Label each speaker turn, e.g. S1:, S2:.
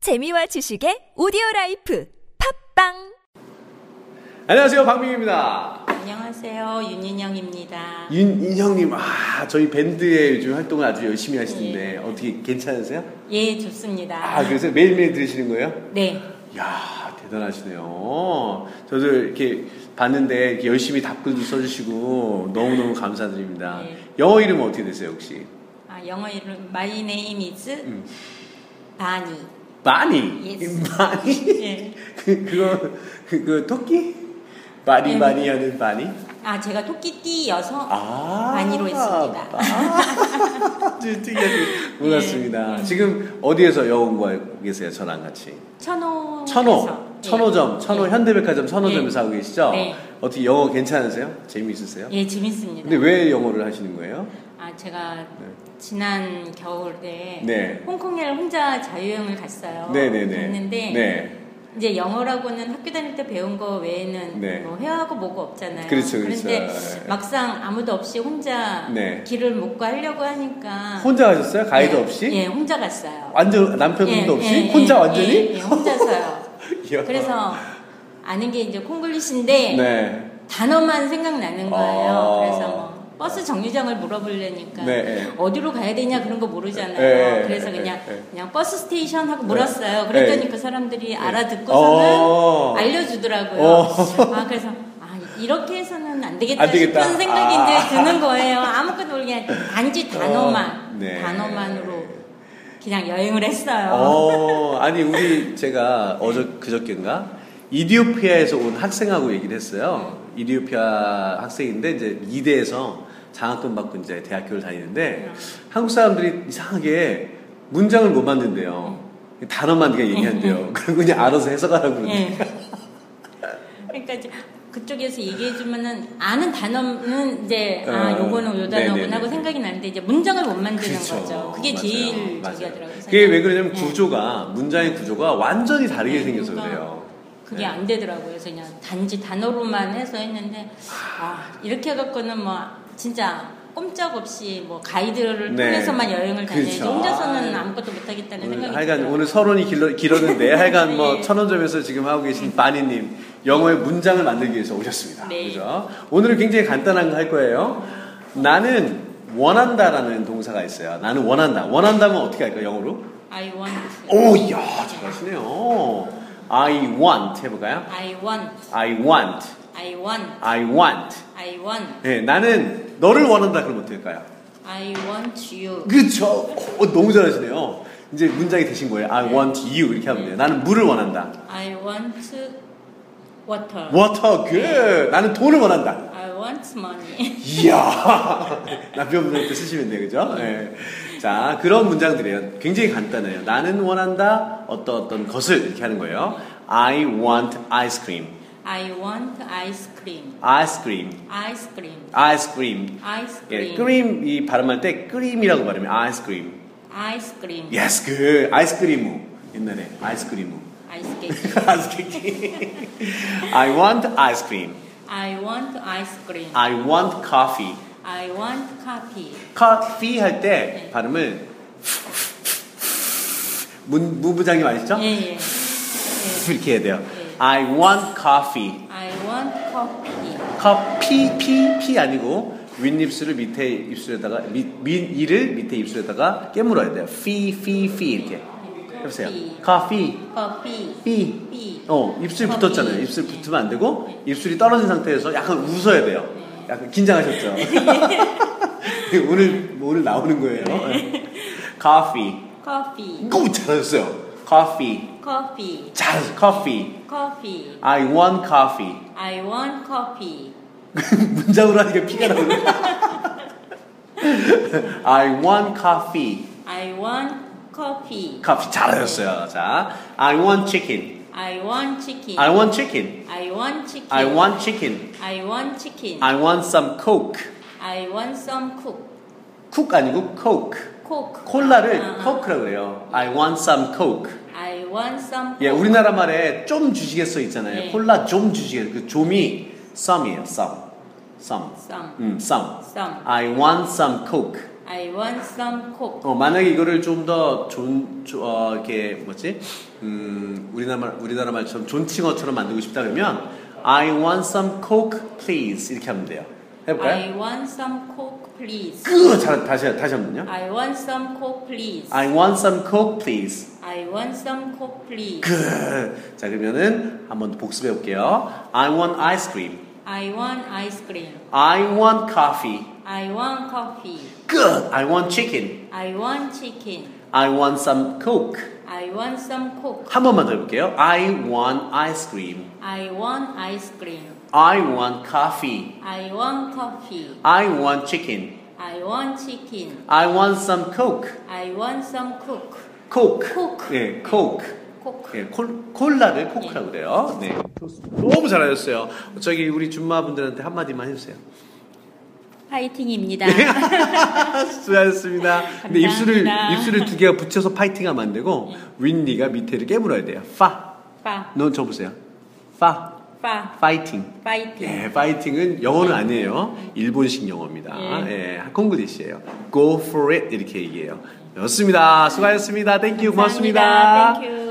S1: 재미와 지식의 오디오 라이프 팝빵
S2: 안녕하세요 박민입니다.
S3: 안녕하세요. 윤인영입니다.
S2: 윤인형님, 아 저희 밴드에 요즘 활동을 아주 열심히 하시는데 어떻게 괜찮으세요?
S3: 예, 좋습니다.
S2: 아 그래서 매일매일 들으시는 거예요?
S3: 네.
S2: 이야 대단하시네요. 저도 이렇게 봤는데 이렇게 열심히 답글도 써주시고 너무너무 감사드립니다.
S3: 네.
S2: 영어 이름 어떻게 되세요 혹시?
S3: 아, 영어 이름 My name is
S2: 음.
S3: 바니.
S2: 바니.
S3: Yes.
S2: 바니.
S3: 예.
S2: 그 그거 그, 그 토끼? 바니
S3: 네.
S2: 바니 하는 바니?
S3: 아, 제가 토끼띠여서
S2: 아,
S3: 바니로 했습니다.
S2: 아, 아주 특이하게
S3: 네,
S2: 몰랐습니다. 지금 어디에서 영어 공부하고 계세요? 저랑 같이.
S3: 천호. 예.
S2: 천호, 천호점, 천호 현대백화점 천호점에서 하고 계시죠?
S3: 네.
S2: 어떻게 영어 괜찮으세요? 재미있으세요?
S3: 예, 재밌습니다.
S2: 근데 왜 영어를 하시는 거예요?
S3: 아, 제가
S2: 네.
S3: 지난 겨울에
S2: 네.
S3: 홍콩에 혼자 자유여행을 갔어요.
S2: 네네네.
S3: 갔는데
S2: 네.
S3: 이제 영어라고는 학교 다닐 때 배운 거 외에는
S2: 네.
S3: 뭐 회화하고 뭐고 없잖아요.
S2: 그렇죠,
S3: 런
S2: 그렇죠.
S3: 데 막상 아무도 없이 혼자
S2: 네.
S3: 길을 못 가려고 하니까
S2: 혼자 가셨어요? 가이드
S3: 아. 예,
S2: 없이?
S3: 예, 혼자 갔어요.
S2: 완전 남편분도 없이? 혼자 완전히?
S3: 예, 예, 혼자서요.
S2: 이야.
S3: 그래서 아는 게 이제 콩글리시인데
S2: 네.
S3: 단어만 생각나는 거예요.
S2: 아.
S3: 그래서 뭐 버스 정류장을 물어보려니까
S2: 네, 네.
S3: 어디로 가야 되냐 그런 거 모르잖아요.
S2: 네, 네,
S3: 그래서
S2: 네,
S3: 그냥
S2: 네.
S3: 그냥 버스 스테이션 하고
S2: 네.
S3: 물었어요. 그랬더니
S2: 네.
S3: 그 사람들이
S2: 어.
S3: 알아듣고서는 알려주더라고요.
S2: 어.
S3: 아 그래서 아 이렇게 해서는 안 되겠다,
S2: 안 되겠다.
S3: 싶은 생각이
S2: 아.
S3: 이제 드는 거예요. 아무것도 모르게 단지 단어만
S2: 어, 네.
S3: 단어만으로 그냥 여행을 했어요.
S2: 어, 아니 우리 제가 어저 그저께인가 이디오피아에서 온 학생하고 얘기를 했어요. 이디오피아 학생인데 이제 이대에서 장학금 받고 이제 대학교를 다니는데 한국 사람들이 이상하게 문장을 못 만든대요. 단어만 그냥 얘기한대요. 그리고 그냥 알아서 해석하라고 그러는데.
S3: 음. 예. 그러니까 이제 그쪽에서 얘기해 주면은 아는 단어는 이제 아
S2: 어,
S3: 요거는 요
S2: 네네네.
S3: 단어구나 하고 생각이 나는데 이제 문장을 못 만드는
S2: 그렇죠.
S3: 거죠. 그게
S2: 맞아요.
S3: 제일
S2: 맞아요.
S3: 저기 하더라고요.
S2: 그게 왜
S3: 생각이.
S2: 그러냐면
S3: 예.
S2: 구조가 문장의 구조가 완전히 다르게
S3: 네,
S2: 생겨서
S3: 그러니까
S2: 그래요.
S3: 그게
S2: 네.
S3: 안 되더라고요. 그래서 그냥 단지 단어로만 해서 했는데 아 이렇게 해 갖고는 뭐 진짜 꼼짝없이 뭐 가이드를
S2: 네.
S3: 통해서만 여행을 다녀야지
S2: 그렇죠.
S3: 혼자서는
S2: 아.
S3: 아무것도 못 하겠다는
S2: 오늘
S3: 생각이
S2: 하여간
S3: 들어요.
S2: 오늘 서론이 길러, 길었는데 하여간 뭐
S3: 예.
S2: 천원점에서 지금 하고 계신 바니님 영어의 문장을 만들기 위해서 오셨습니다.
S3: 네.
S2: 그죠? 오늘은 굉장히 간단한 거 할 거예요. 나는 원한다라는 동사가 있어요. 나는 원한다. 원한다면 어떻게 할까요? 영어로?
S3: I want
S2: 오, 이야, 잘하시네요. I want 해볼까요?
S3: I want
S2: I want.
S3: I want
S2: I want.
S3: I want
S2: 네, 나는 너를 원한다 그러면 어떻게 할까요?
S3: I want you
S2: 그쵸? 오, 너무 잘하시네요. 이제 문장이 되신 거예요. I want you 이렇게 하면 돼요. 나는 물을 원한다.
S3: I want water.
S2: 워터 굿 나는 돈을 원한다
S3: I want money.
S2: 이야 남편분한테 쓰시면 돼요 그죠 예. 자 그런 문장들이에요 굉장히 간단해요 나는 원한다 어떤 어떤 것을 이렇게 하는 거예요 I want ice cream
S3: I want ice cream.
S2: ice cream
S3: Ice cream.
S2: ice cream
S3: Ice
S2: 예,
S3: cream.
S2: cream 이 발음할 때 cream이라고 발음해 ice cream
S3: Ice cream.
S2: yes good ice cream 옛날에 ice cream
S3: Ice cream.
S2: ice cream I want ice cream
S3: I want ice cream.
S2: I want coffee
S3: I want coffee.
S2: 커피 할 때
S3: 네.
S2: 발음을 문, 무부장님 아시죠?
S3: 예, 예. 예.
S2: 이렇게 해야 돼요.
S3: 네.
S2: I want coffee.
S3: I want coffee.
S2: 커피 피, 피 아니고 윗입술을 밑에 입술에다가 밑, 밑 이를 밑에 입술에다가 깨물어야 돼요. 피, 피, 피 이렇게 해보세요. 커피,
S3: Coffee.
S2: 피.
S3: Coffee.
S2: 어, 입술
S3: 커피.
S2: 붙었잖아요. 입술 붙으면 안 되고 입술이 떨어진 상태에서 약간 웃어야 돼요. 약간 긴장하셨죠? 오늘 오늘 나오는 거예요. 커피.
S3: Coffee.
S2: 이거 잘하셨어요. 커피.
S3: Coffee.
S2: 잘 커피.
S3: Coffee.
S2: I want coffee.
S3: I want coffee.
S2: 문장으로 하니까 피가 나오네. I want coffee.
S3: I want coffee.
S2: 커피 잘하셨어요. 자, I want chicken.
S3: I want chicken.
S2: I want chicken.
S3: I want chicken.
S2: I want Ah. chicken.
S3: I want chicken.
S2: I want some coke.
S3: I want some cook.
S2: 쿡 아니고 coke.
S3: Coke.
S2: 콜라를
S3: 아, 아.
S2: coke라고 해요. I want some coke.
S3: I want some.
S2: 예, 우리나라 말에 좀 주시겠어 있잖아요.
S3: 네.
S2: 콜라 좀 주시겠어. 그 좀이 some이에요. some. some.
S3: Some.
S2: 음, some.
S3: Some.
S2: I want some coke.
S3: I want some coke.
S2: 어, 만약에 이거를 좀 더 존, 조- 어, 이렇게 뭐지? 음, 우리나라 말, 우리나라 말처럼 존칭어처럼 만들고 싶다 그러면 I want some coke, please 이렇게 하면 돼요. 해볼까요?
S3: I want some coke, please.
S2: 그 잘, 다시 다시 한번요.
S3: I want some coke, please.
S2: I want some coke, please.
S3: I want some coke, please.
S2: 그. 자 그러면은 한번 복습해 볼게요. I want ice cream.
S3: I want ice cream.
S2: I want coffee.
S3: I want coffee.
S2: Good. I want chicken.
S3: I want chicken.
S2: I want some coke.
S3: I want some coke.
S2: 한 번만 더 해볼게요. I want ice cream.
S3: I want ice cream.
S2: I want coffee.
S3: I want coffee.
S2: I want chicken.
S3: I want chicken.
S2: I want some coke.
S3: I want some coke.
S2: coke.
S3: Coke.
S2: 예, coke.
S3: coke.
S2: 예, 콜, 콜라를 코크라고 그래요. 네. 좋습니다. 너무 잘하셨어요. 저기 우리 줌마분들한테 한마디만 해주세요.
S3: 파이팅입니다.
S2: 예. 수고하셨습니다. 근데
S3: 감사합니다. 네.
S2: 입술을 입술을 두 개가 붙여서 파이팅하면 안 되고 윈니가 밑에를 깨물어야 돼요. 파.
S3: 파,
S2: 넌 쳐보세요. 파.
S3: 파,
S2: 파이팅.
S3: 파이팅.
S2: 예, 파이팅은 영어는 아니에요. 일본식 영어입니다. 예, 한국글이시에요. Go for it 이렇게 얘기해요. 좋습니다. 수고하셨습니다. 땡큐 고맙습니다.
S3: 감사합니다. Thank you.